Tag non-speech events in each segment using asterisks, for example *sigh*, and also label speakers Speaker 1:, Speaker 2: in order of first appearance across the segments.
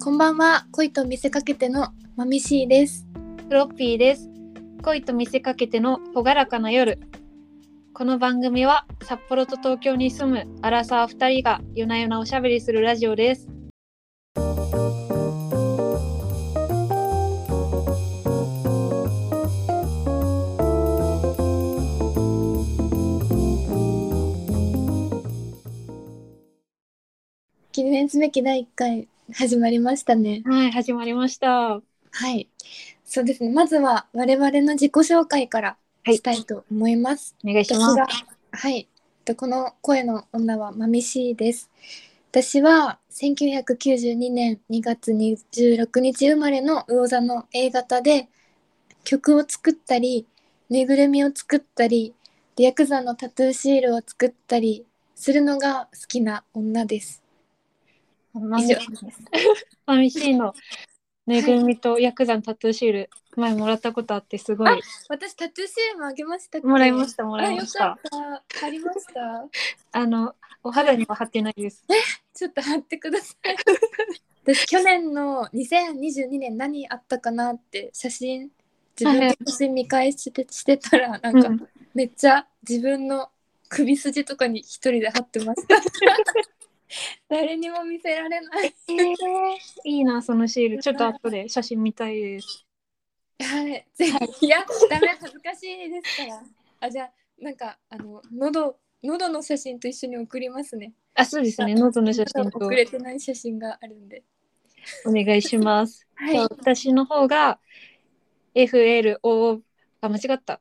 Speaker 1: こんばんは恋と見せかけてのまみしーです
Speaker 2: フロッピーです。恋と見せかけての朗らかな夜。この番組は札幌と東京に住むアラサー2人が夜な夜なおしゃべりするラジオです。
Speaker 1: 記念すべき第1回始まりましたね
Speaker 2: はい、始まりました。は
Speaker 1: はいそうですねまずは我々の自己紹介から
Speaker 2: い
Speaker 1: し、たいと思います、
Speaker 2: お願いしま
Speaker 1: 私
Speaker 2: す
Speaker 1: が。はいとこの声の女はまみしーです私は1992年2月26日生まれの魚座の A 型で曲を作ったりぬいぐるみを作ったりでヤクザのタトゥーシールを作ったりするのが好きな女です
Speaker 2: ま
Speaker 1: 以
Speaker 2: み
Speaker 1: 上
Speaker 2: し
Speaker 1: です
Speaker 2: まみしーのぬいぐるみとヤクザのタトゥーシール、前もらったことあってすごい。
Speaker 1: 私タトゥーシールもあげましたっけ
Speaker 2: もらいました、
Speaker 1: た
Speaker 2: もらいました。
Speaker 1: あよかったありました
Speaker 2: あの、お肌には貼ってないです。
Speaker 1: ちょっと貼ってください。私去年の2022年何あったかなって写真自分の写真見返してしてたらなんか
Speaker 2: うん
Speaker 1: めっちゃ自分の首筋とかに一人で貼ってました。誰にも見せられない。
Speaker 2: えーいいな、そのシール。ちょっと後で写真見たいです。
Speaker 1: はい、ぜひいやダメ恥ずかしいですから。あじゃあなんかあの喉喉の写真と一緒に送りますね。
Speaker 2: あ、そうですね、ノートの写真と
Speaker 1: 送。れてない写真があるんで。
Speaker 2: お願いします。
Speaker 1: は
Speaker 2: じゃあ私の方が FLO あ間違った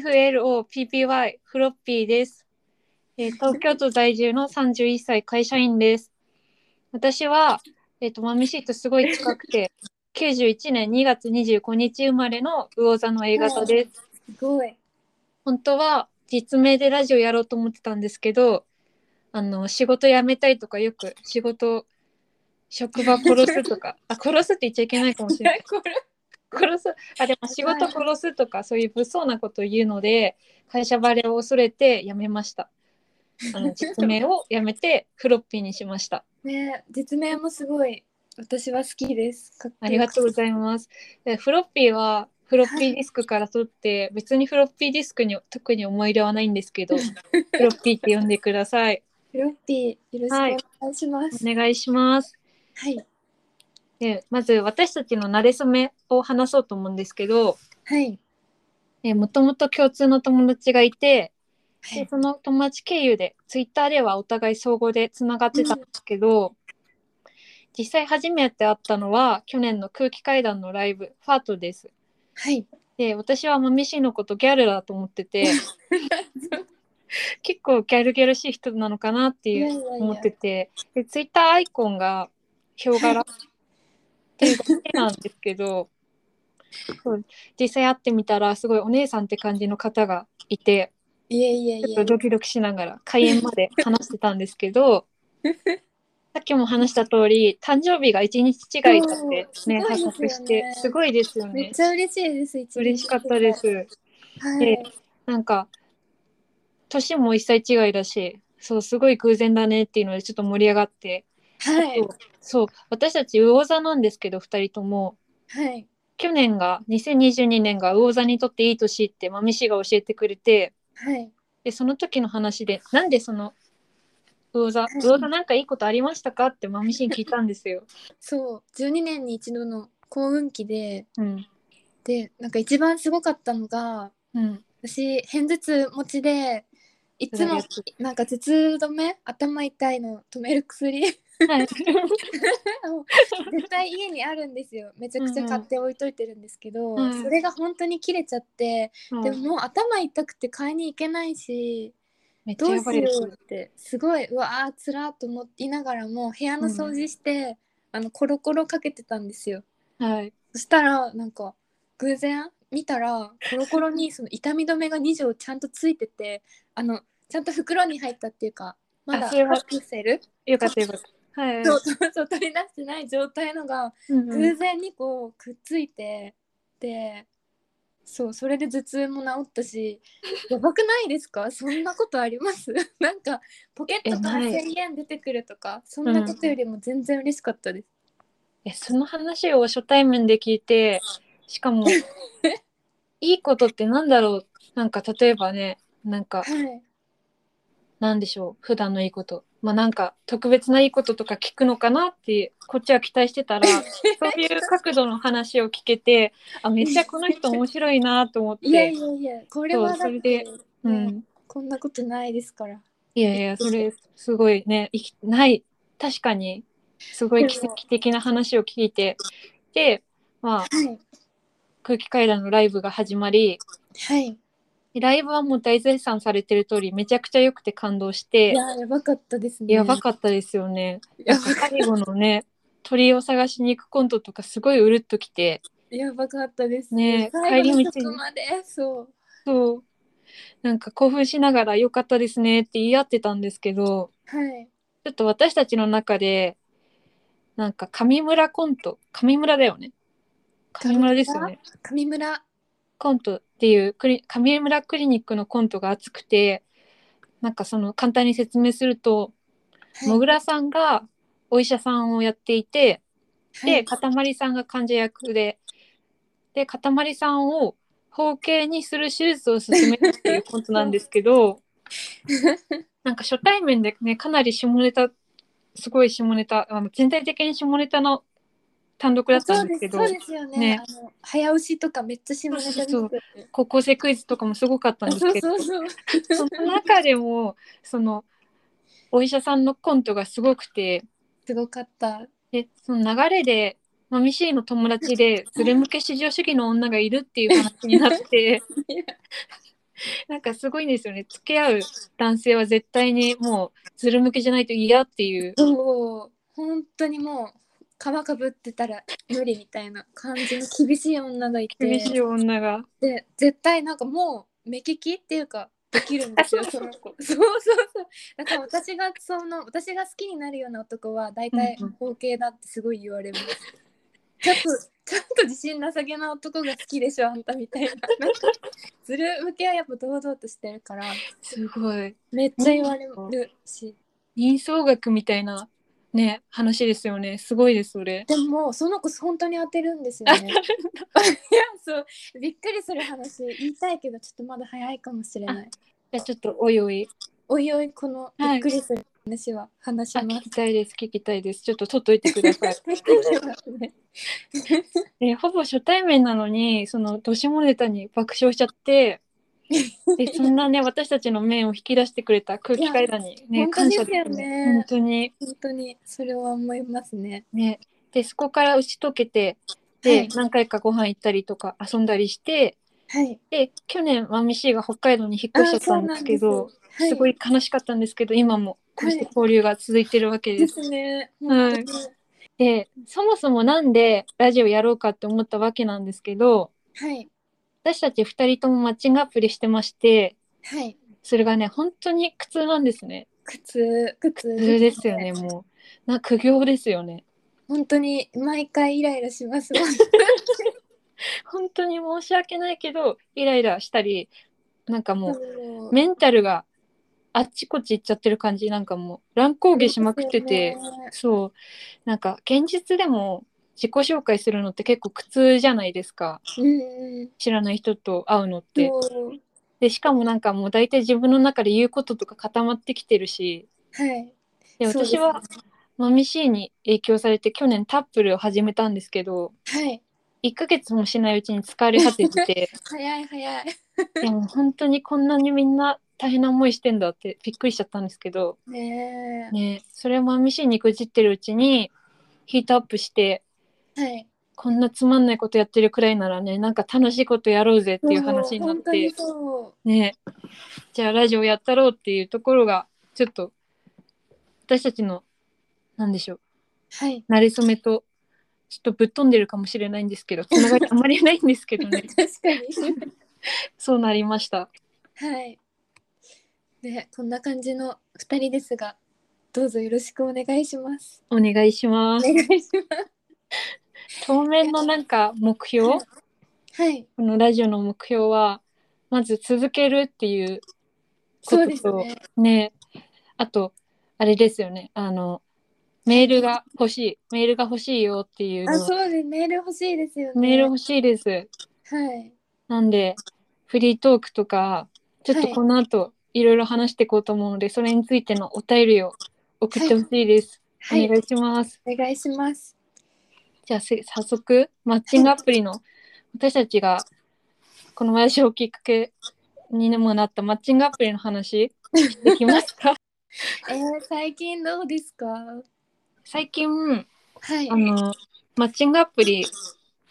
Speaker 2: FLOPPY フロッピーです、えー東京都在住の31歳会社員です私はえっ、とマミシーとすごい近くて91年2月25日生まれの魚座の A 型です
Speaker 1: すごい。
Speaker 2: 本当は実名でラジオやろうと思ってたんですけどあの仕事辞めたいとかよく仕事職場殺すとかあ殺すって言っちゃいけないかもしれない
Speaker 1: これ
Speaker 2: 殺すあでも仕事殺すとかそういう物騒なことを言うので会社バレを恐れて辞めましたあの実名を辞めてフロッピーにしました
Speaker 1: ね実名もすごい私は好きです。かっこ
Speaker 2: あ
Speaker 1: よく
Speaker 2: りがとうございます。でフロッピーはフロッピーディスクから取って、別にフロッピーディスクに特に思い入れはないんですけど、フロッピーって呼んでください。
Speaker 1: フロッピーよろしくお願いします。
Speaker 2: お願いします。
Speaker 1: はい
Speaker 2: でまず私たちの慣れ初めを話そうと思うんですけど、
Speaker 1: はい
Speaker 2: えもともと共通の友達がいて、
Speaker 1: は
Speaker 2: で
Speaker 1: い
Speaker 2: その友達経由で、ツイッターではお互い相互でつながってたんですけど、実際初めて会ったのは去年の空気階段のライブ、ファートです。
Speaker 1: はい。
Speaker 2: で私はマミシーのことギャルだと思ってて結構ギャルギャルしい人なのかなって
Speaker 1: い
Speaker 2: い
Speaker 1: やいうやい
Speaker 2: 思
Speaker 1: や
Speaker 2: っててでツイッターアイコンがヒョウ柄っていうだけなんですけどそう実際会ってみたらすごいお姉さんって感じの方がいて
Speaker 1: いえいえい
Speaker 2: ちょっ
Speaker 1: え
Speaker 2: と。ドキドキしながら開演まで話してたんですけ
Speaker 1: *laughs*
Speaker 2: どさっきも話した通り誕生日が1日違いだって
Speaker 1: そう
Speaker 2: ね
Speaker 1: すごいです
Speaker 2: 発
Speaker 1: よね
Speaker 2: 覚してすごいですよ
Speaker 1: めっ
Speaker 2: ね
Speaker 1: ちゃ嬉しいです。一日
Speaker 2: 嬉しかったで。す。
Speaker 1: はい。
Speaker 2: なんか年も一切違いだしそうすごい偶然だねっていうのでちょっと盛り上がって、
Speaker 1: はい
Speaker 2: そうそう私たち魚座なんですけど2人とも
Speaker 1: はい
Speaker 2: 去年が2022年が魚座にとっていい年ってまみしが教えてくれて
Speaker 1: はい。
Speaker 2: でその時の話でなんでその魚座
Speaker 1: うん
Speaker 2: 魚座なんかいいことありましたかってまみしに聞いたんですよ。
Speaker 1: そう12年に一度の幸運期で
Speaker 2: うん
Speaker 1: でなんか一番すごかったのが
Speaker 2: うん
Speaker 1: 私偏頭痛持ちでいつもなんか頭痛止め頭痛いの止める薬
Speaker 2: はい
Speaker 1: *laughs* もう絶対家にあるんですよめちゃくちゃ買って置いといてるんですけど、
Speaker 2: うんうん
Speaker 1: それが本当に切れちゃって、でも
Speaker 2: うん
Speaker 1: もう頭痛くて買いに行けないし
Speaker 2: めっちゃ
Speaker 1: どう
Speaker 2: やば
Speaker 1: し
Speaker 2: い
Speaker 1: よ
Speaker 2: です
Speaker 1: うってすごいうわーつらーと思いながらも部屋の掃除して、あのコロコロかけてたんですよ
Speaker 2: はい
Speaker 1: そしたらなんか偶然見たらコロコロにその痛み止めが2錠ちゃんとついててあのちゃんと袋に入ったっていうかまだ
Speaker 2: あそれは
Speaker 1: カプセル
Speaker 2: よかったよかった。はい、
Speaker 1: そうそうそう取り出してない状態のが
Speaker 2: うんうん
Speaker 1: 偶然にこうくっついて、でそうそれで頭痛も治った
Speaker 2: *laughs*
Speaker 1: しやばくないですかそんなことあります *laughs* なんかポケットから
Speaker 2: えない
Speaker 1: 1,000円出てくるとかそんなことよりも全然嬉しかったです、
Speaker 2: えその話を初対面で聞いてしかも
Speaker 1: *laughs*
Speaker 2: いいことってなんだろうなんか例えばねなんか
Speaker 1: はい。
Speaker 2: なんでしょう普段のいいことまあなんか特別ないいこととか聞くのかなってこっちは期待し
Speaker 1: *laughs*
Speaker 2: てたらそういう角度の話を聞けてあめっちゃこの人面白いなと思って
Speaker 1: いやいやいや、これはだ
Speaker 2: そうそ
Speaker 1: っ
Speaker 2: れ
Speaker 1: て
Speaker 2: で、うん、
Speaker 1: こんなことないですから。
Speaker 2: いやいやそれすごいねいきない確かにすごい奇跡的な話を聞いてでまあ
Speaker 1: はい。
Speaker 2: 空気階段のライブが始まり
Speaker 1: はい。
Speaker 2: ライブはもう大絶賛されてる通りめちゃくちゃ良くて感動して
Speaker 1: いや、やばかったですね。
Speaker 2: やばかったですよね。
Speaker 1: *laughs* やば
Speaker 2: 最後のね鳥を探しに行くコントとかすごいうるっときて
Speaker 1: やばかったです
Speaker 2: ねえ
Speaker 1: 最後の
Speaker 2: 帰り道
Speaker 1: と
Speaker 2: に
Speaker 1: こまで、そう。
Speaker 2: そうなんか興奮しながら「良かったですね」って言い合ってたんですけど
Speaker 1: はい。
Speaker 2: ちょっと私たちの中でなんか上村コント上村だよね上村ですよね
Speaker 1: 上村。
Speaker 2: コントっていうクリ上村クリニックのコントが熱くてなんかその簡単に説明すると
Speaker 1: はい
Speaker 2: もぐらさんがお医者さんをやっていて、
Speaker 1: は
Speaker 2: で、
Speaker 1: い
Speaker 2: かたまりさんが患者役で、で、かたまりさんを包茎にする手術を進めるっていうことなんです
Speaker 1: *laughs*
Speaker 2: けど、なんか初対面でね、かなり下ネタ、すごい下ネタ、あの全体的に下ネタの単独だった
Speaker 1: そ
Speaker 2: ん
Speaker 1: うで
Speaker 2: で
Speaker 1: す
Speaker 2: け
Speaker 1: す
Speaker 2: ど
Speaker 1: そう、ですよね
Speaker 2: ね
Speaker 1: あの早押しとかめっちゃ下ネタです
Speaker 2: そう高校生クイズとかもすごかったんです
Speaker 1: そう
Speaker 2: けど
Speaker 1: そ、うそう
Speaker 2: その中でも、その、お医者さんのコントがすごくて、
Speaker 1: すごかった
Speaker 2: でその流れでマミシーの友達
Speaker 1: *laughs*
Speaker 2: でズレ向け至上主義の女がいるっていう話になって
Speaker 1: *laughs*
Speaker 2: なんかすごいんですよね付き合う男性は絶対にもうズレ向けじゃないと嫌っていう
Speaker 1: そう本当にもう皮かぶってたら無理みたいな感じの厳しい女がいて
Speaker 2: 厳しい女が
Speaker 1: で絶対なんかもう目利きっていうかできるんですよその子 *laughs* そうそうそうだから私がその私が好きになるような男は大体
Speaker 2: うんうん
Speaker 1: 包茎だってすごい言われます、 *laughs* ちょっとちょっと自信なさげな男が好きでしょあんたみたいななんかずる向けはやっぱ堂々としてるから
Speaker 2: すごい
Speaker 1: めっちゃ言われるし
Speaker 2: 人相学みたいなね話ですよねすごいですそれ
Speaker 1: でもその子本当に当てるんですよねいやそうびっくりする話言いたいけどちょっとまだ早いかもしれない
Speaker 2: じゃあちょっとおいおい
Speaker 1: おいおいこの
Speaker 2: はい
Speaker 1: びっくりする話は話し
Speaker 2: あ
Speaker 1: ます、
Speaker 2: 聞きたいです聞きたいですちょっと取っといてくださいでほぼ初対面なのにそのどしもネタに爆笑しちゃって
Speaker 1: *laughs*
Speaker 2: でそんなね私たちの面を引き出してくれた空気階段に
Speaker 1: い
Speaker 2: ね
Speaker 1: や
Speaker 2: 感謝
Speaker 1: 本当ですよね
Speaker 2: 本当に
Speaker 1: *laughs* 本当にそれは思いますね
Speaker 2: ねでそこから打ち解けてで、
Speaker 1: はい
Speaker 2: 何回かご飯行ったりとか遊んだりして
Speaker 1: はい
Speaker 2: で去年マミシーが北海道に引っ越しちゃったんですけ
Speaker 1: あそうなん
Speaker 2: ど
Speaker 1: です
Speaker 2: す,、
Speaker 1: はい
Speaker 2: ごい悲しかったんですけど今もこうして交流が続いてるわけ
Speaker 1: *laughs*
Speaker 2: で。
Speaker 1: ですすね
Speaker 2: は
Speaker 1: 本
Speaker 2: い
Speaker 1: 当に
Speaker 2: でそもそもなんでラジオやろうかって思ったわけなんですけど
Speaker 1: はい
Speaker 2: 私たち2人ともマッチングアプリしてまして
Speaker 1: はい
Speaker 2: それがね本当に苦痛なんですね
Speaker 1: 靴靴
Speaker 2: 苦痛ですよねもうな苦行ですよね
Speaker 1: 本当に毎回イライラし
Speaker 2: *laughs*
Speaker 1: ますもん
Speaker 2: 本当に申し訳ないけどイライラしたりなんかも
Speaker 1: も
Speaker 2: うメンタルがあっちこっち行っちゃってる感じなんかもう乱高下しまくってて
Speaker 1: そうですよね
Speaker 2: そうなんか現実でも自己紹介するのって結構苦痛じゃないですか
Speaker 1: うんうん
Speaker 2: 知らない人と会うのって
Speaker 1: そう
Speaker 2: でしかもなんかもう大体自分の中で言うこととか固まってきてるし
Speaker 1: はい
Speaker 2: で
Speaker 1: そうです
Speaker 2: 私はマミシーに影響されて去年タップルを始めたんですけど
Speaker 1: はい
Speaker 2: 1ヶ月もしないうちに疲れ果てて
Speaker 1: *laughs*
Speaker 2: て
Speaker 1: 早い早い
Speaker 2: でも本当にこんなにみんな大変な思いしてんだってびっくりしちゃったんですけど、
Speaker 1: ね
Speaker 2: ね、それをマミシーに愚じってるうちにヒートアップして
Speaker 1: えはい
Speaker 2: こんなつまんないことやってるくらいならねなんか楽しいことやろうぜっていう話になっ
Speaker 1: 本当に
Speaker 2: て、
Speaker 1: そう
Speaker 2: ね、じゃあラジオやったろうっていうところがちょっと私たちのなんでしょう
Speaker 1: はい
Speaker 2: 慣れ初めとちょっとぶっ飛んでるかもしれないんです
Speaker 1: *laughs*
Speaker 2: けどつながりあまりないんですけどね
Speaker 1: 確かに
Speaker 2: そうなりました
Speaker 1: はい。ね、こんな感じの二人ですが、どうぞよろしくお願いします。
Speaker 2: *laughs* お願いしま
Speaker 1: お
Speaker 2: す
Speaker 1: 願いします。
Speaker 2: 当面のなんか目標こ
Speaker 1: はい、
Speaker 2: のラジオの目標はまず続けるっていうこ
Speaker 1: そう
Speaker 2: と
Speaker 1: です
Speaker 2: と
Speaker 1: ね。
Speaker 2: ねあとあれですよねあのメールが欲しい。メールが欲しいよっていうの
Speaker 1: あ、そうです。メール欲しいですよね。
Speaker 2: メール欲しいです。
Speaker 1: はい。
Speaker 2: なんで、フリートークとか、ちょっとこの後、いろいろ話していこうと思うので、それについてのお便りを送ってほしいです。
Speaker 1: はい。
Speaker 2: お願いします。
Speaker 1: お願いします。
Speaker 2: じゃあせ早速マッチングアプリの *laughs* 私たちがこの前紹介きっかけにもなったマッチングアプリの話できます *laughs* か
Speaker 1: えー、最近どうですか。は
Speaker 2: 最近あ
Speaker 1: い。
Speaker 2: のマッチングアプリ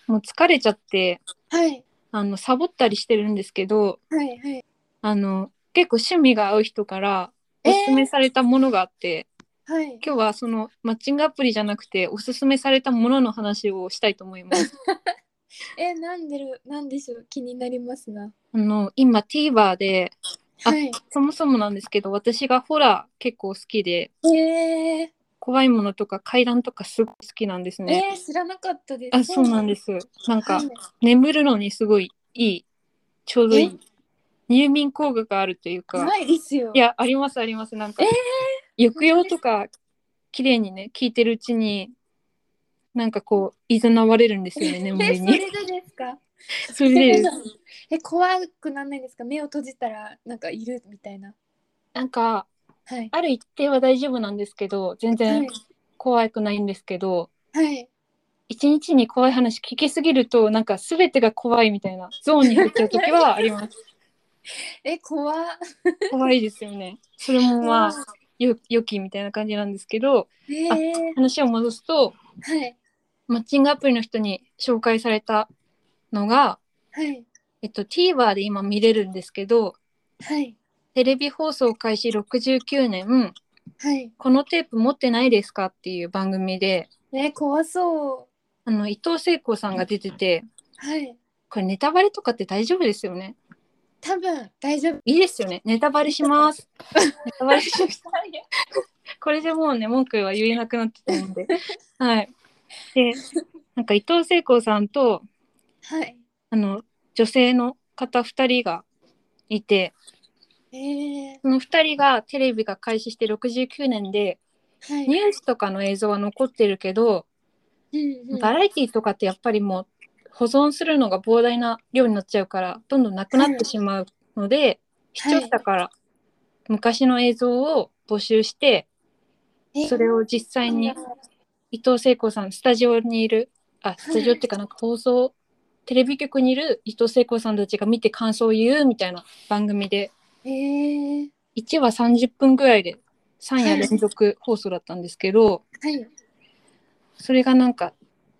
Speaker 2: もう疲れちゃって
Speaker 1: はい。
Speaker 2: あのサボったりしてるんですけど
Speaker 1: はい。はい。
Speaker 2: あの結構趣味が合う人から
Speaker 1: え
Speaker 2: お
Speaker 1: ー
Speaker 2: すすめされたものがあって、
Speaker 1: はい。
Speaker 2: 今日はそのマッチングアプリじゃなくておすすめされたものの話をしたいと思います。
Speaker 1: えー、なんでる、なんでしょう。気になりますな。
Speaker 2: あの今 TVer であ
Speaker 1: はい。
Speaker 2: そもそもなんですけど私がホラー結構好きで
Speaker 1: えー、
Speaker 2: 怖いものとか怪談とかすごい好きなんですね。
Speaker 1: えー、知らなかったです。。
Speaker 2: あそうなんですす。なんか、
Speaker 1: はい
Speaker 2: 眠るのにすごいいいちょうどい
Speaker 1: え
Speaker 2: い入眠効果があるというか
Speaker 1: ないですよ。
Speaker 2: いやありますありますなんか、
Speaker 1: え
Speaker 2: 抑揚とか綺麗にね聞いてるうちになんかこういざなわれるんですよね
Speaker 1: え、
Speaker 2: 眠
Speaker 1: そ
Speaker 2: りに。
Speaker 1: れでですか。
Speaker 2: それで
Speaker 1: え、怖くなんないですか。目を閉じたら、なんかいるみたいな。
Speaker 2: なんか
Speaker 1: はい。
Speaker 2: ある一定は大丈夫なんですけど全
Speaker 1: は
Speaker 2: 然
Speaker 1: い。
Speaker 2: 怖くないんですけど。
Speaker 1: はい。
Speaker 2: 一日に怖い話聞きすぎるとなんか全てが怖いみたいなゾーンに入っちゃう時はあります
Speaker 1: え、怖。
Speaker 2: 怖いですよねそれもまあよ良きみたいな感じなんですけど
Speaker 1: えー、
Speaker 2: 話を戻すと
Speaker 1: はい。
Speaker 2: マッチングアプリの人に紹介されたのが、
Speaker 1: はい。
Speaker 2: えっと、TVer で今見れるんですけど
Speaker 1: はい。
Speaker 2: テレビ放送開始69年
Speaker 1: はい。
Speaker 2: 「このテープ持ってないですか?」っていう番組で
Speaker 1: えー、怖そう。
Speaker 2: あの伊藤聖子さんが出てて
Speaker 1: はい。
Speaker 2: これネタバレとかって大丈夫ですよね
Speaker 1: 多分大丈夫。
Speaker 2: いいですよね。ネタバレします。ネタバレします。 *laughs* これでもうね、文句は言えなくなってたので。はい。で、なんか伊藤聖子さんと、
Speaker 1: はい。
Speaker 2: あの、女性の方2人がいて、
Speaker 1: えー、
Speaker 2: その2人がテレビが開始して69年で、
Speaker 1: は
Speaker 2: ニ
Speaker 1: い。
Speaker 2: ュースとかの映像は残ってるけど、
Speaker 1: うんうん
Speaker 2: バラエティとかってやっぱりもう、保存するのが膨大な量になっちゃうから、どんどんなくなってしまうので、視聴者から昔の映像を募集して、
Speaker 1: え
Speaker 2: それを実際に伊藤聖子さんスタジオにいるあスタジオっていうかなんか放送、テレビ局にいる伊藤聖子さんたちが見て感想を言うみたいな番組で
Speaker 1: えー、
Speaker 2: 1話30分ぐらいで3夜連続放送だったんですけど、
Speaker 1: はい。
Speaker 2: それがなんか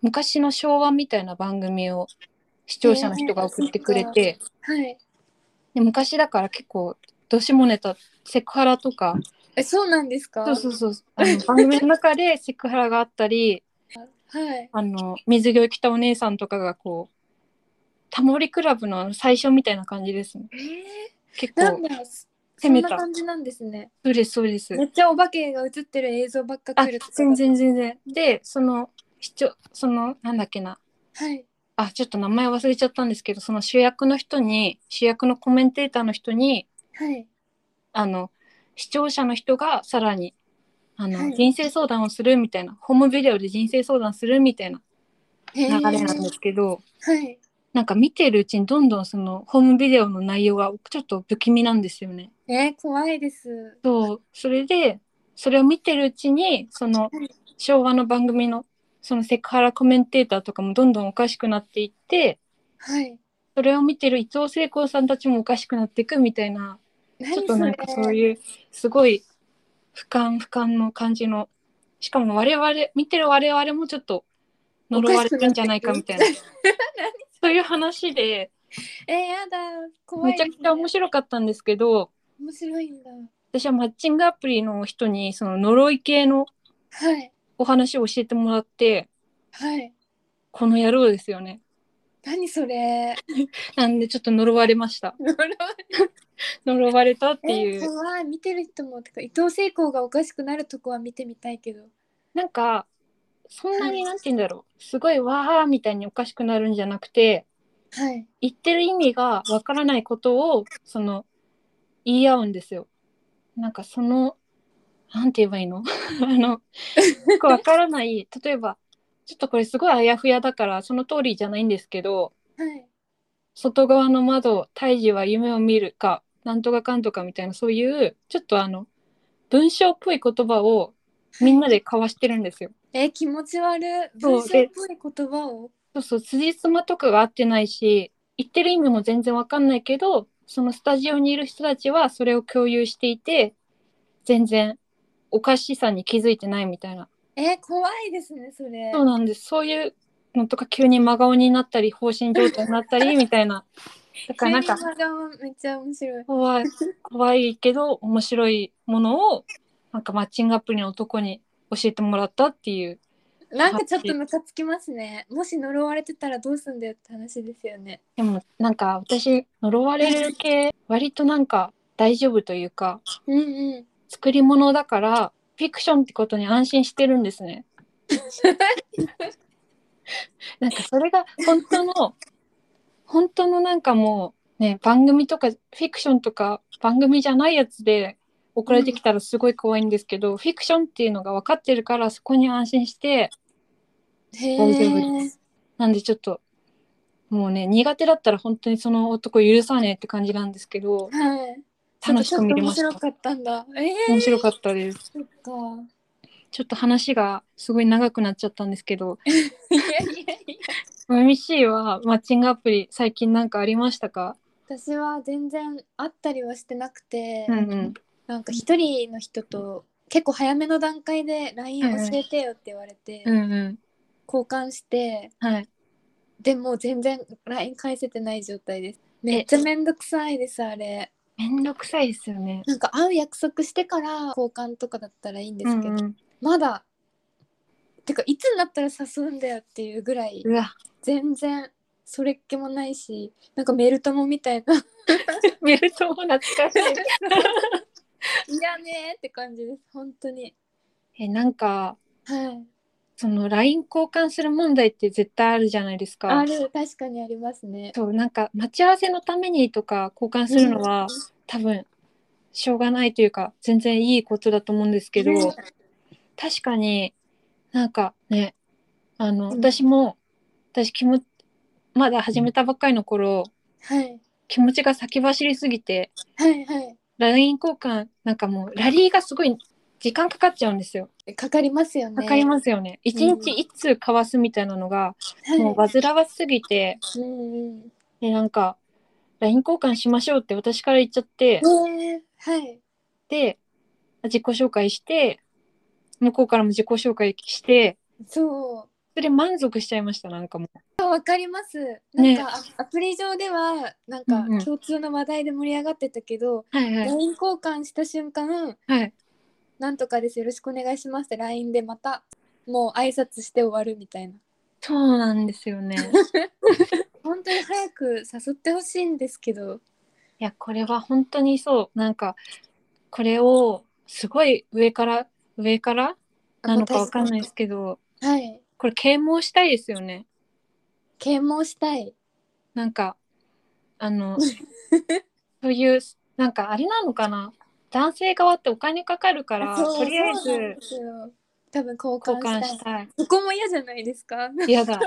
Speaker 2: 昔の昭和みたいな番組を視聴者の人が送ってくれて、
Speaker 1: はい。
Speaker 2: で昔だから結構どしもネタセクハラとか
Speaker 1: え、そうなんですか。
Speaker 2: そうそうそうあの番組の中でセクハラがあったり
Speaker 1: はい。
Speaker 2: あの水着を着たお姉さんとかがこうタモリクラブのあの最初みたいな感じですね
Speaker 1: えー、
Speaker 2: 結
Speaker 1: なん
Speaker 2: 構
Speaker 1: だろう。そ
Speaker 2: 攻
Speaker 1: ん
Speaker 2: め
Speaker 1: な
Speaker 2: た
Speaker 1: 感じなんですね。
Speaker 2: そうですそうです
Speaker 1: めっちゃお化けが映ってる映像ばっか
Speaker 2: あ
Speaker 1: 来るとか
Speaker 2: 全。然全然でその視聴そのなんだっけな
Speaker 1: はい。
Speaker 2: あちょっと名前忘れちゃったんですけどその主役の人に主役のコメンテーターの人に
Speaker 1: はい。
Speaker 2: あの視聴者の人がさらにあの、
Speaker 1: はい
Speaker 2: 人生相談をするみたいなホームビデオで人生相談するみたいな
Speaker 1: 流
Speaker 2: 流れなんですけど、
Speaker 1: はい。
Speaker 2: なんか見てるうちにどんどんそのホームビデオの内容がちょっと不気味なんですよね。
Speaker 1: えー、怖いです。
Speaker 2: そうそれでそれを見てるうちにその
Speaker 1: はい
Speaker 2: 昭和の番組のそのセクハラコメンテーターとかもどんどんおかしくなっていって
Speaker 1: はい。
Speaker 2: それを見てる伊藤聖子さんたちもおかしくなっていくみたいなちょっとなんかそう
Speaker 1: う。
Speaker 2: いうすごい俯瞰俯瞰の感じのしかも我々見てる我々もちょっと呪われてるんじゃないかみた *laughs* いなそういう話で。
Speaker 1: えー、やだ。怖いで
Speaker 2: めち
Speaker 1: す
Speaker 2: ゃ
Speaker 1: ね、
Speaker 2: くちゃ面白かったんですけど
Speaker 1: 面白いんだ。
Speaker 2: 私はマッチングアプリの人にその呪い系の
Speaker 1: はい。
Speaker 2: お話を教えてもらって
Speaker 1: はい。
Speaker 2: この野郎ですよね
Speaker 1: 何それ。
Speaker 2: なんでちょっと呪われました呪われたって
Speaker 1: え
Speaker 2: い
Speaker 1: ー、
Speaker 2: う
Speaker 1: 怖い見てる人もてか伊藤聖子がおかしくなるとこは見てみたいけど
Speaker 2: なんかそんな
Speaker 1: はい
Speaker 2: になんて言うんだろうすごいわーみたいにおかしくなるんじゃなくて
Speaker 1: はい
Speaker 2: 言ってる意味がわからないことをその言い合うんですよなんかそのなんて言えばいいの *laughs* あの、よくわからない、例えば、ちょっとこれすごいあやふやだから、その通りじゃないんですけど、
Speaker 1: はい。
Speaker 2: 外側の窓、胎児は夢を見るか、なんとかかんとかみたいな、そういう、ちょっとあの、文章っぽい言葉をみんなで交わしてるんですよ。
Speaker 1: え、気持ち悪い。
Speaker 2: そ
Speaker 1: 文
Speaker 2: う
Speaker 1: 章っぽい言葉を。
Speaker 2: そうそう、辻褄とかが合ってないし、言ってる意味も全然わかんないけど、そのスタジオにいる人たちはそれを共有していて、全然おかしさに気づいてないみたいな。
Speaker 1: え、怖いですね、それ。
Speaker 2: そうなんです。そういうのとか急に真顔になったり、放心状態になったりみたいな。だからなんか
Speaker 1: 急に真顔めっちゃ面白い。
Speaker 2: 怖い、怖いけど面白いものを、なんかマッチングアプリの男に教えてもらったっていう。
Speaker 1: なんかちょっとムカつきますね。もし呪われてたらどうすんだよって話ですよね。
Speaker 2: でもなんか私、呪われる系、割となんか大丈夫というか、
Speaker 1: うんうん。
Speaker 2: 作り物だからフィクションってことに安心してるんで
Speaker 1: *laughs*
Speaker 2: すね。なんかそれが本当の本当のなんかもうね番組とかフィクションとか番組じゃないやつで送られてきたらすごい怖いんですけど、フィクションっていうのが分かってるからそこに安心して
Speaker 1: へ
Speaker 2: 大丈夫
Speaker 1: え
Speaker 2: で。す。なんでちょっともうね苦手だったら本当にその男許さねえって感じなんですけど
Speaker 1: はい。
Speaker 2: 楽しく見れまし
Speaker 1: ちょ
Speaker 2: た
Speaker 1: っと面白かったんだ。ええ
Speaker 2: 面白かったです。
Speaker 1: そっか。
Speaker 2: ちょっと話がすごい長くなっちゃったんですけど、
Speaker 1: いやいやいや。
Speaker 2: マミシーはマッチングアプリ最近なんかありましたか？
Speaker 1: 私は全然会ったりはしてなくて、
Speaker 2: うん。
Speaker 1: なんか一人の人と結構早めの段階で LINE
Speaker 2: うんうん
Speaker 1: 教えてよって言われて、
Speaker 2: うんうん。
Speaker 1: 交換して
Speaker 2: はい。
Speaker 1: でも全然 LINE 返せてない状態ですめっちゃめんどくさいですあれ
Speaker 2: めんどくさいですよね。
Speaker 1: なんか会う約束してから交換とかだったらいいんで
Speaker 2: う
Speaker 1: す
Speaker 2: ん
Speaker 1: けど、
Speaker 2: うん。
Speaker 1: まだてかいつになったら誘うんだよっていうぐらいう
Speaker 2: *laughs* わ、
Speaker 1: 全然それっ気もないしなんかメルトモみたいな
Speaker 2: メルトも懐かし
Speaker 1: いらねーって感じです本当に
Speaker 2: い。え、なんか
Speaker 1: はい
Speaker 2: そのライン交換する問題って絶対あるじゃないですか
Speaker 1: あ。る確かにありますね
Speaker 2: そうなんか待ち合わせのためにとか交換するのは、多分しょうがないというか全然いいことだと思うんですけど。
Speaker 1: ね
Speaker 2: 確かになんかねあの、
Speaker 1: うん
Speaker 2: 私も私気持まだ始めたばっかりの頃
Speaker 1: はい
Speaker 2: 気持ちが先走りすぎて
Speaker 1: はいはい
Speaker 2: LINE 交換なんかもうラリーがすごい時間かかっちゃうんですよ。
Speaker 1: かかりますよね。
Speaker 2: かかりますよね。一、日一通交わすみたいなのが、
Speaker 1: はい、
Speaker 2: もう煩わしすぎて
Speaker 1: うんうん。
Speaker 2: でなんか LINE 交換しましょうって私から言っちゃって
Speaker 1: ねえはい。
Speaker 2: で自己紹介して向こうからも自己紹介して
Speaker 1: そ
Speaker 2: それ満足しちゃいましたなんかもう。
Speaker 1: う。わかります。なん
Speaker 2: ね
Speaker 1: か、アアプリ上では、なん
Speaker 2: うんうん
Speaker 1: か共通の話題で盛り上がってたけど、
Speaker 2: はいは
Speaker 1: LINE、
Speaker 2: い
Speaker 1: 交換した瞬間、
Speaker 2: はい。
Speaker 1: なんとかです、よろしくお願いしますって LINE でまた、もう挨拶して終わるみたいな。
Speaker 2: そうなんです
Speaker 1: *laughs*
Speaker 2: よね。
Speaker 1: 本当に早く誘ってほしいんですけど。
Speaker 2: いやこれは本当にそうなんかこれをすごい上から上からなのかわかんないですけど
Speaker 1: 私はい。
Speaker 2: これ啓蒙したいですよね。
Speaker 1: 啓蒙したい。
Speaker 2: なんかあ
Speaker 1: *laughs*
Speaker 2: のそういうなんかあれなのかな男性側ってお金かかるから
Speaker 1: そう
Speaker 2: とりあえ
Speaker 1: そうなんで
Speaker 2: ず
Speaker 1: すよ多分交
Speaker 2: 交換
Speaker 1: 換し
Speaker 2: した
Speaker 1: い。
Speaker 2: たい。
Speaker 1: そこも嫌じゃないですか。 *laughs*
Speaker 2: 嫌だ。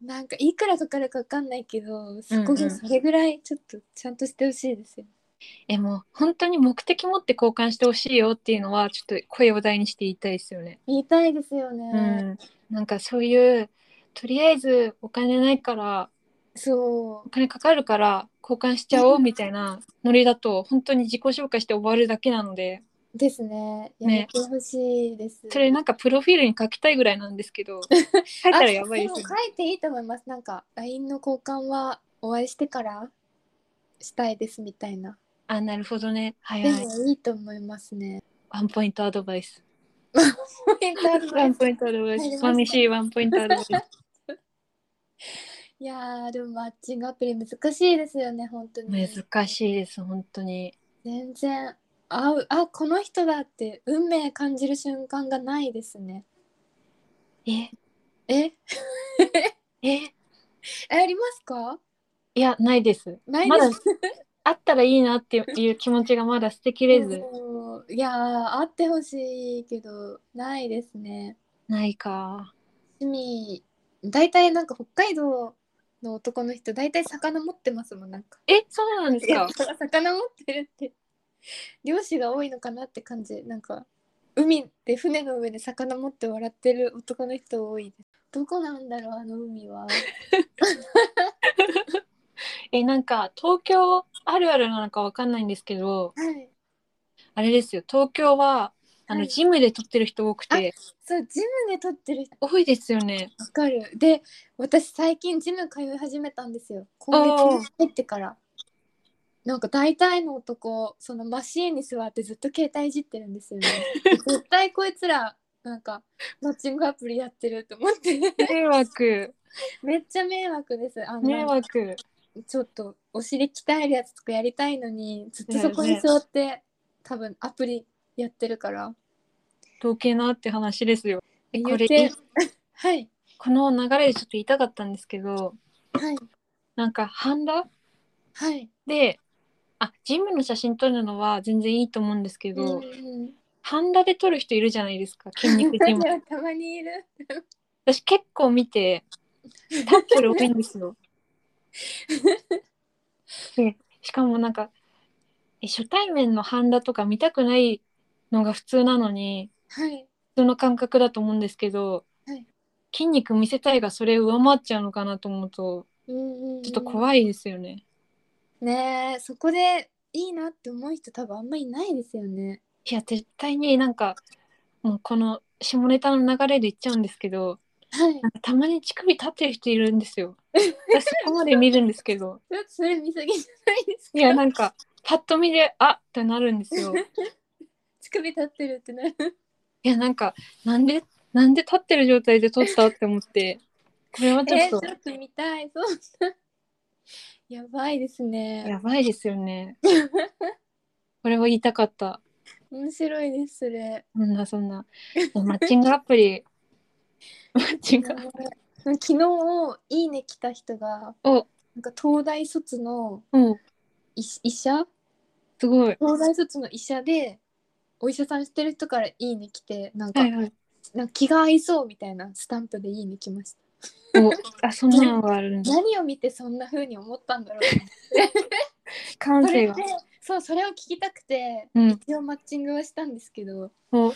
Speaker 1: なんかいくらかかるかわかんないけどそこ
Speaker 2: うんう
Speaker 1: が
Speaker 2: ん
Speaker 1: それぐらいちょっとちゃんとしてほしいですよ、
Speaker 2: えもう本当に目的持って交換してほしいよっていうのはちょっと声を大にして言いたいですよね。
Speaker 1: 言いたいですよね、
Speaker 2: うん、なんかそういうとりあえずお金ないから
Speaker 1: そ
Speaker 2: お金かかるから交換しちゃおうみたいなノリだと本当に自己紹介して終わるだけなので
Speaker 1: うですねやめ
Speaker 2: ね
Speaker 1: てほしいです、
Speaker 2: それなんかプロフィールに書きたいぐらいなんですけ *laughs* ど書いた
Speaker 1: あ
Speaker 2: らやばいです
Speaker 1: でも
Speaker 2: よ
Speaker 1: 書
Speaker 2: ね。
Speaker 1: いていいと思いますなんか LINE の交換はお会いしてからしたいですみたいな、
Speaker 2: あなるほどねはい
Speaker 1: で
Speaker 2: はい
Speaker 1: もいいと思いますね
Speaker 2: ワンポイントアドバイス *laughs* ワンポ
Speaker 1: い
Speaker 2: イントアドバ
Speaker 1: 入りま
Speaker 2: イ
Speaker 1: し
Speaker 2: ス
Speaker 1: た
Speaker 2: マミシーワンポイントアドバイス
Speaker 1: やーでもマッチングアプリ難しいですよね本当に
Speaker 2: 難しいです本当に
Speaker 1: 全然会うあこの人だって運命感じる瞬間がないですね
Speaker 2: え
Speaker 1: え
Speaker 2: え
Speaker 1: えありますか？
Speaker 2: いやないです
Speaker 1: ない
Speaker 2: ま
Speaker 1: で
Speaker 2: だ
Speaker 1: す。
Speaker 2: あったらいいなっていう気持ちがまだ捨てきれず
Speaker 1: もうそういやーあってほしいけどないですね
Speaker 2: ないか。
Speaker 1: 趣味大体なんか北海道の男の人大体魚持ってますもんなんか
Speaker 2: え、そうなんです
Speaker 1: いや
Speaker 2: か。
Speaker 1: 魚持ってるって漁師が多いのかなって感じなんか海で船の上で魚持って笑ってる男の人多いですどこなんだろうあの海は
Speaker 2: え、なんか東京あるあるなのかわかんないんですけど、
Speaker 1: はい
Speaker 2: あれですよ。東京はあの
Speaker 1: はい
Speaker 2: ジムで撮ってる人多くて、
Speaker 1: そうジムで撮ってる人
Speaker 2: 多いですよね。
Speaker 1: わかるで私最近ジム通い始めたんですよ今
Speaker 2: おー
Speaker 1: 月入ってからなんか大体の男そのマシーンに座ってずっと携帯いじってるんです *laughs* よね絶対こいつらなんかマッチングアプリやってると思って
Speaker 2: 迷惑、
Speaker 1: めっちゃ迷惑ですあの
Speaker 2: 迷惑。
Speaker 1: ちょっとお尻鍛えるやつとかやりたいのにずっとそこに座って、多分アプリやってるから
Speaker 2: 統計なって話ですよ。え、こ
Speaker 1: 言っ
Speaker 2: れ、
Speaker 1: て *laughs* はい
Speaker 2: この流れでちょっと言いたかったんですけど、
Speaker 1: はい
Speaker 2: なんかハンダ
Speaker 1: はい
Speaker 2: で、あ、ジムの写真撮るのは全然いいと思うんですけ
Speaker 1: う
Speaker 2: ど、
Speaker 1: ん
Speaker 2: ハンダで撮る人いるじゃないですか、筋肉
Speaker 1: *laughs*
Speaker 2: ジム。
Speaker 1: たまにいる
Speaker 2: 私結構見
Speaker 1: *laughs*
Speaker 2: てタックル多いんですよ。でしかもなんかえ初対面のハンダとか見たくないのが普通なのに
Speaker 1: はい
Speaker 2: 普通の感覚だと思うんですけど、
Speaker 1: はい
Speaker 2: 筋肉見せたいがそれを上回っちゃうのかなと思うとちょっと
Speaker 1: い
Speaker 2: 怖いですよね。
Speaker 1: ねえそこでいいなって思う人多分あんまりいないですよね
Speaker 2: いや絶対になんかもうこの下ネタの流れで言っちゃうんですけど
Speaker 1: はい
Speaker 2: なんかたまに乳首立ってる人いるんで
Speaker 1: *laughs*
Speaker 2: すよ。私そこまで見るんですけど。
Speaker 1: ちょっとそれ見過ぎじゃないですか
Speaker 2: いやなんかパッと見であってなるんです *laughs* よ。
Speaker 1: *laughs* 乳首立ってるってなる
Speaker 2: いやなんかなんでなんで立ってる状態で撮ったって思ってこれはち
Speaker 1: え
Speaker 2: ょ
Speaker 1: *laughs* ー
Speaker 2: っ
Speaker 1: ちょ
Speaker 2: と
Speaker 1: っと見たいそう *laughs* やばいですね
Speaker 2: やばいですよ *laughs* ね。これは言いたかった。
Speaker 1: 面白いですそれ
Speaker 2: そんなそんなマッチングアプリ *laughs* マッチングアプリ
Speaker 1: 昨日いいね来た人が
Speaker 2: お
Speaker 1: なんか東大卒の
Speaker 2: うん
Speaker 1: 医医者
Speaker 2: すごい。
Speaker 1: 東大卒の医者でお医者さんしてる人からいいね来てなんか、
Speaker 2: はいはい。
Speaker 1: なんか気が合いそうみたいなスタンプでいいね来ました
Speaker 2: おあそんなのがあるんだ。
Speaker 1: 何を見てそんな風に思ったんだろう
Speaker 2: 感
Speaker 1: それ
Speaker 2: 性
Speaker 1: で
Speaker 2: が。
Speaker 1: そうそれを聞きたくて
Speaker 2: うん。
Speaker 1: 一応マッチングはしたんですけど
Speaker 2: お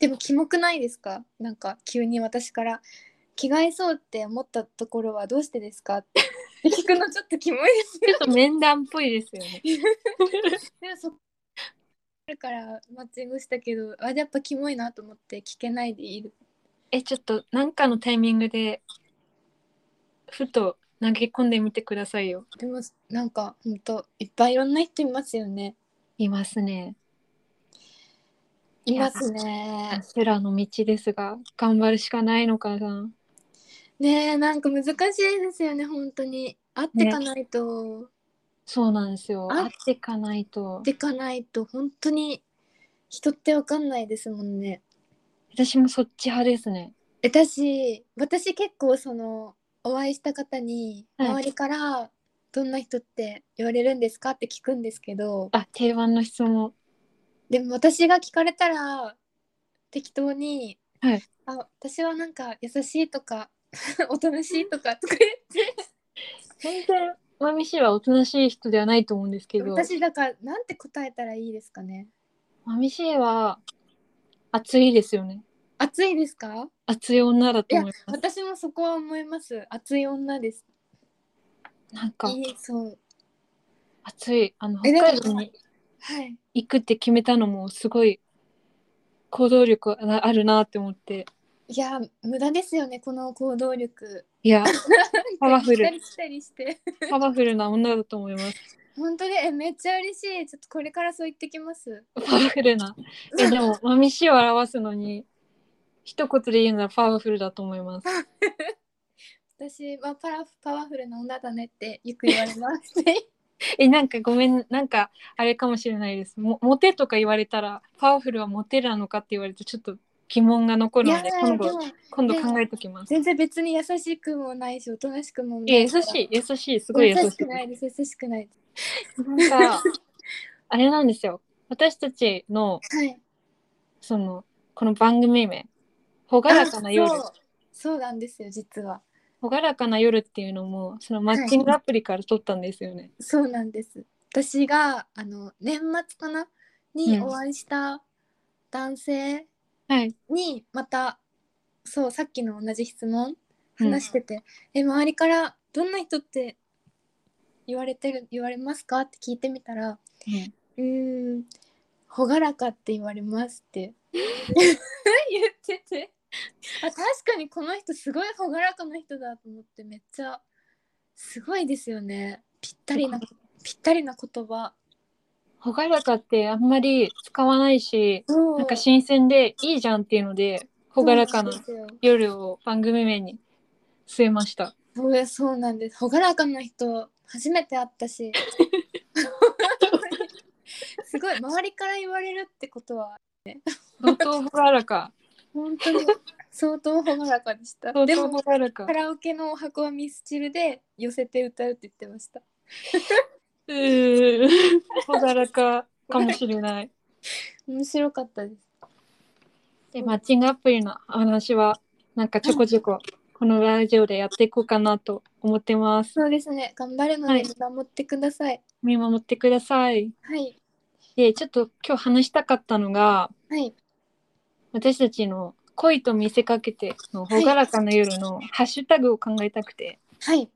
Speaker 1: でもキモくないですかなんか急に私から「着替えそうって思ったところはどうしてですか?」って聞くのちょっとキモいです
Speaker 2: ちょっと面談っぽいですよね。
Speaker 1: でもそこあるからマッチングしたけどあやっぱキモいなと思って聞けないでいる
Speaker 2: えちょっとなんかのタイミングでふと投げ込んでみてくださいよ。
Speaker 1: でもなんかほんといっぱいいろんな人いますよね
Speaker 2: いますね。
Speaker 1: いますね
Speaker 2: 修羅の道ですが頑張るしかないのかな。
Speaker 1: ねえなんか難しいですよね本当に会ってかないと、
Speaker 2: そうなんですよ。
Speaker 1: あ
Speaker 2: 会っていかないと
Speaker 1: っ。てかないと本当に人ってわかんないですもんね。
Speaker 2: 私もそっち派ですね。
Speaker 1: 私私結構そのお会いした方に
Speaker 2: はい
Speaker 1: 周りから「どんな人って言われるんですか?」って聞くんですけど
Speaker 2: あ定番の質問。
Speaker 1: でも私が聞かれたら適当に「
Speaker 2: はい
Speaker 1: あ私はなんか優しい」とか *laughs* 「おとなしい」と
Speaker 2: *laughs*
Speaker 1: かとか言って
Speaker 2: 全然まみしはおとなしい人ではないと思うんですけど。
Speaker 1: 私だからなんて答えたらいいですかね
Speaker 2: まみしは熱いですよね。
Speaker 1: 熱いですか
Speaker 2: 熱い女だ
Speaker 1: い
Speaker 2: と
Speaker 1: や
Speaker 2: 思います。
Speaker 1: 私もそこは思います熱い女です
Speaker 2: なんか
Speaker 1: いいそう
Speaker 2: 熱いあの
Speaker 1: えで
Speaker 2: 北
Speaker 1: も
Speaker 2: 海道に
Speaker 1: はい
Speaker 2: 行くって決めたのもすごい行動力ああるなって思って。
Speaker 1: いや無駄ですよねこの行動力 *laughs*
Speaker 2: いやパワフル
Speaker 1: 行ったり来たりして
Speaker 2: パワフルな女だと思います。
Speaker 1: 本当にえめっちゃ嬉しいちょっとこれからそう言ってきます
Speaker 2: パワフルな。
Speaker 1: *laughs*
Speaker 2: えでも、まみしを表すのに、一言で言うならパワフルだと思います。
Speaker 1: 私はパラパワフルな女だねってよく言われます
Speaker 2: *laughs* え、なんかごめん、なんかあれかもしれないです。もモテとか言われたら、パワフルはモテるなのかって言われると、ちょっと疑問が残
Speaker 1: い
Speaker 2: る
Speaker 1: やー
Speaker 2: ので、
Speaker 1: で
Speaker 2: 今
Speaker 1: も
Speaker 2: 度、今度考えときます。
Speaker 1: 全然別に優しくもないしおとなしくもない
Speaker 2: え、優しい、優しい、すごい優
Speaker 1: 優
Speaker 2: し。
Speaker 1: しくないいです優しくないです
Speaker 2: なんか、あれなんですよ。私たちの
Speaker 1: はい。
Speaker 2: そのこの番組名「ほがらかな夜」
Speaker 1: あそうそうなんですよ実は。
Speaker 2: 「ほがらかな夜」っていうのもそのマッチングアプリから取ったんですよね。
Speaker 1: そうなんです。私があの年末かなにお会いした男性
Speaker 2: はい。
Speaker 1: にまた、そうさっきの同じ質問
Speaker 2: うん
Speaker 1: 話してて、え周りからどんな人って言われてる言われますかって聞いてみたら、
Speaker 2: うん
Speaker 1: うーん朗らかって言われますって
Speaker 2: *laughs*
Speaker 1: 言っててあ確かにこの人すごい朗らかな人だと思ってめっちゃすごいですよねぴったりなぴったりな言葉
Speaker 2: ほがらかってあんまり使わないし、
Speaker 1: な
Speaker 2: なんか新鮮でいいじゃんっていうので、ほがらかな
Speaker 1: そうですよ
Speaker 2: 夜を番組名に据えました。
Speaker 1: そうやそうなんです。朗らかな人初めて会った
Speaker 2: *laughs*
Speaker 1: し、すごい周りから言われるってことは
Speaker 2: 相当ほがらか。
Speaker 1: 本当に
Speaker 2: *laughs*
Speaker 1: 相当朗らかでした。
Speaker 2: 相
Speaker 1: で
Speaker 2: 当
Speaker 1: も
Speaker 2: ほがらか
Speaker 1: カ。ラオケのお箱はミスチルで寄せて歌うって言ってました。
Speaker 2: う *laughs* ーん。ほがらかかもしれない。
Speaker 1: 面白かったです。
Speaker 2: *laughs* で、マッチングアプリの話は、なんかちょこちょこ、このラジオでやっていこうかなと思ってます。
Speaker 1: そうですね。頑張るの
Speaker 2: は
Speaker 1: で
Speaker 2: い
Speaker 1: 見守ってください。
Speaker 2: 見守ってください。
Speaker 1: はい
Speaker 2: で、ちょっと今日話したかったのが、
Speaker 1: はい
Speaker 2: 私たちの恋と見せかけてのほがらかな夜のハッシュタグを考えたくて、
Speaker 1: はい。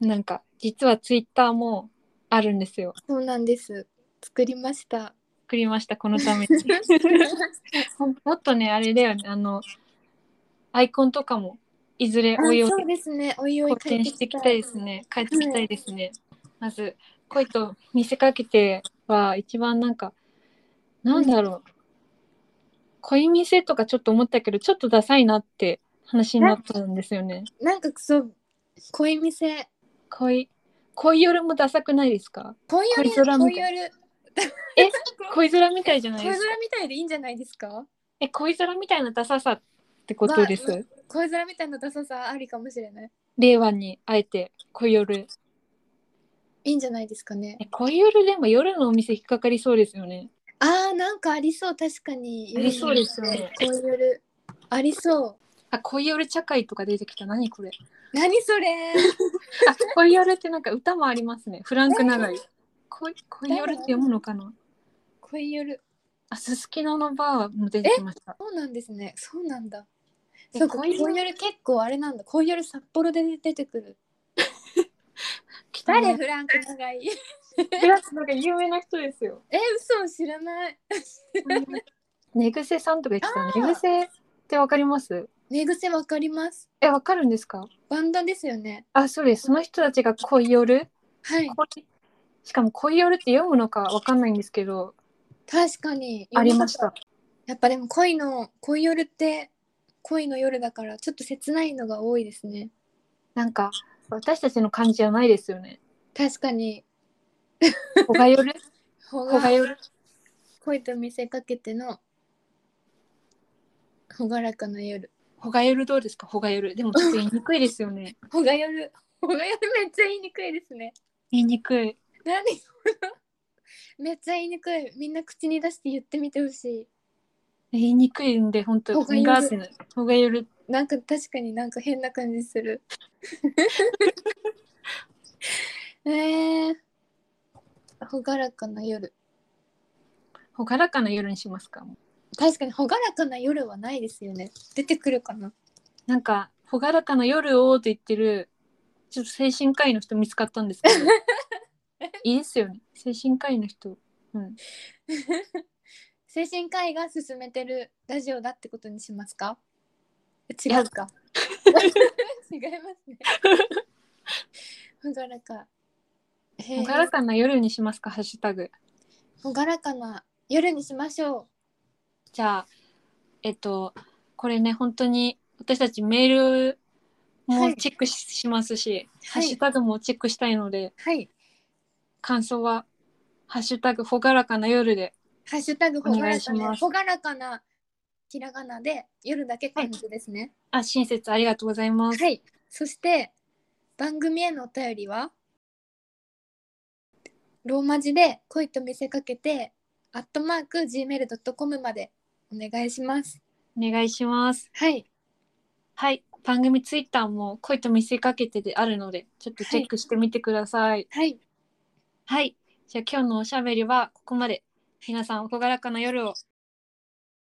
Speaker 2: なんか実はツイッターもあるんですよ。
Speaker 1: そうなんです。作りました。
Speaker 2: 作りましたこの
Speaker 1: *laughs*
Speaker 2: ために。ほんもっとねあれだよねあのアイコンとかもいずれ
Speaker 1: あ
Speaker 2: *laughs* おいおい
Speaker 1: そうですね。おいおい
Speaker 2: 発展していきたいですね。変えていきたいですね。まず恋と見せかけては一番なんかなんだろう、恋見せとかちょっと思ったけどちょっとダサいなって話になったんですよね。
Speaker 1: なんかそう恋店
Speaker 2: 恋恋夜もダサくないですか
Speaker 1: 恋夜
Speaker 2: 恋空み
Speaker 1: 恋
Speaker 2: た
Speaker 1: 夜
Speaker 2: 恋空みたいじゃな
Speaker 1: *laughs*
Speaker 2: い
Speaker 1: 恋
Speaker 2: ですか。
Speaker 1: 空みたいでいいんじゃないですか
Speaker 2: え恋空みたいなダサさってことです、
Speaker 1: まあ恋空みたいなダサさありかもしれない
Speaker 2: 令和にあえて恋夜
Speaker 1: いいんじゃないですかね
Speaker 2: え恋夜でも夜のお店引っかかりそうですよね
Speaker 1: あーなんかありそう確かに
Speaker 2: ありそうですよね
Speaker 1: 恋夜ありそう
Speaker 2: あ恋夜茶会とか出てきた何これ
Speaker 1: 何それ
Speaker 2: あ恋夜ってなんか歌もありますねフランク長い恋恋夜って読むのかな
Speaker 1: 恋夜
Speaker 2: あすすきののバーも出てきました
Speaker 1: そうなんですねそうなんだ
Speaker 2: え
Speaker 1: そうか恋
Speaker 2: 恋夜
Speaker 1: 夜結構あれなんだ恋夜札幌で出てくる
Speaker 2: 北
Speaker 1: 誰
Speaker 2: の
Speaker 1: フランク長い
Speaker 2: フランクなんか有名な人で
Speaker 1: *laughs*
Speaker 2: すよ
Speaker 1: え嘘知らない
Speaker 2: 寝癖さんとか言ってた
Speaker 1: あー
Speaker 2: 寝癖ってわかります
Speaker 1: 寝癖わかります
Speaker 2: えわかるんですか
Speaker 1: バンダですよね
Speaker 2: あそうですその人たちが恋夜
Speaker 1: はい
Speaker 2: 恋しかも恋夜って読むのかわかんないんですけど
Speaker 1: 確かに
Speaker 2: ありました
Speaker 1: やっぱでも恋の恋夜って恋の夜だからちょっと切ないのが多いですね
Speaker 2: なんか私たちの感じじゃないですよね。
Speaker 1: 確かに
Speaker 2: ほがよる、
Speaker 1: ほ
Speaker 2: *laughs* ほが
Speaker 1: が
Speaker 2: よる。
Speaker 1: 恋と見せかけてのほがらかな夜
Speaker 2: ほがよるどうですか、ほがよる。でもちょっと言いにくいですよね。
Speaker 1: ほが夜ほが夜 *laughs* めっちゃ言いにくいですね
Speaker 2: 言いにくい。
Speaker 1: 何 *laughs* このめっちゃ言いにくいみんな口に出して言ってみてほし
Speaker 2: 言いにくいんで、本当
Speaker 1: ほがよ
Speaker 2: に。
Speaker 1: る
Speaker 2: がってない。ほがよる。
Speaker 1: いなんか確かになんか変な感じする *laughs* えー、ほがらかな夜
Speaker 2: ほがらかな夜にしますか。
Speaker 1: 確かに朗らかな夜はないですよね出てくるか
Speaker 2: *laughs*
Speaker 1: な
Speaker 2: なんか、ほがらかな夜をって言ってる。ちょっと精神科医の人見つかったんです *laughs* けど。いいですよね。精神科医の人。うん。
Speaker 1: 精神科医が勧めてるラジオだってことにしますか違う
Speaker 2: *laughs*
Speaker 1: か違います *laughs* ね朗らかへ
Speaker 2: ほ
Speaker 1: ー
Speaker 2: がらかな夜にしますか、ハッシュタグ。
Speaker 1: 朗らかな夜にしましょ
Speaker 2: じゃあ、えっと、これね、本当に私たちメール
Speaker 1: は
Speaker 2: も
Speaker 1: い
Speaker 2: チェックし,、ますし、
Speaker 1: う
Speaker 2: ハッシュタグもチェックしたいので、
Speaker 1: はい
Speaker 2: 感想は、ハッシュタグ、ほがらかな夜で、
Speaker 1: ハッシュタグ朗
Speaker 2: お願
Speaker 1: ら
Speaker 2: いし
Speaker 1: か
Speaker 2: ま
Speaker 1: な
Speaker 2: す
Speaker 1: 朗らかなひらがなで夜だけ漢字ですね
Speaker 2: あ、親切ありがとうございます。
Speaker 1: はい、そして番組へのお便りはローマ字で恋と見せかけて、アットマーク gmail.com までお願いします。
Speaker 2: お願いします。
Speaker 1: はい。
Speaker 2: はい。番組ツイッターも恋と見せかけてであるので、ちょっとチェックしてみてください。
Speaker 1: はい。
Speaker 2: はい。じゃあ今日のおしゃべりはここまで。皆さん、お朗らかな夜を。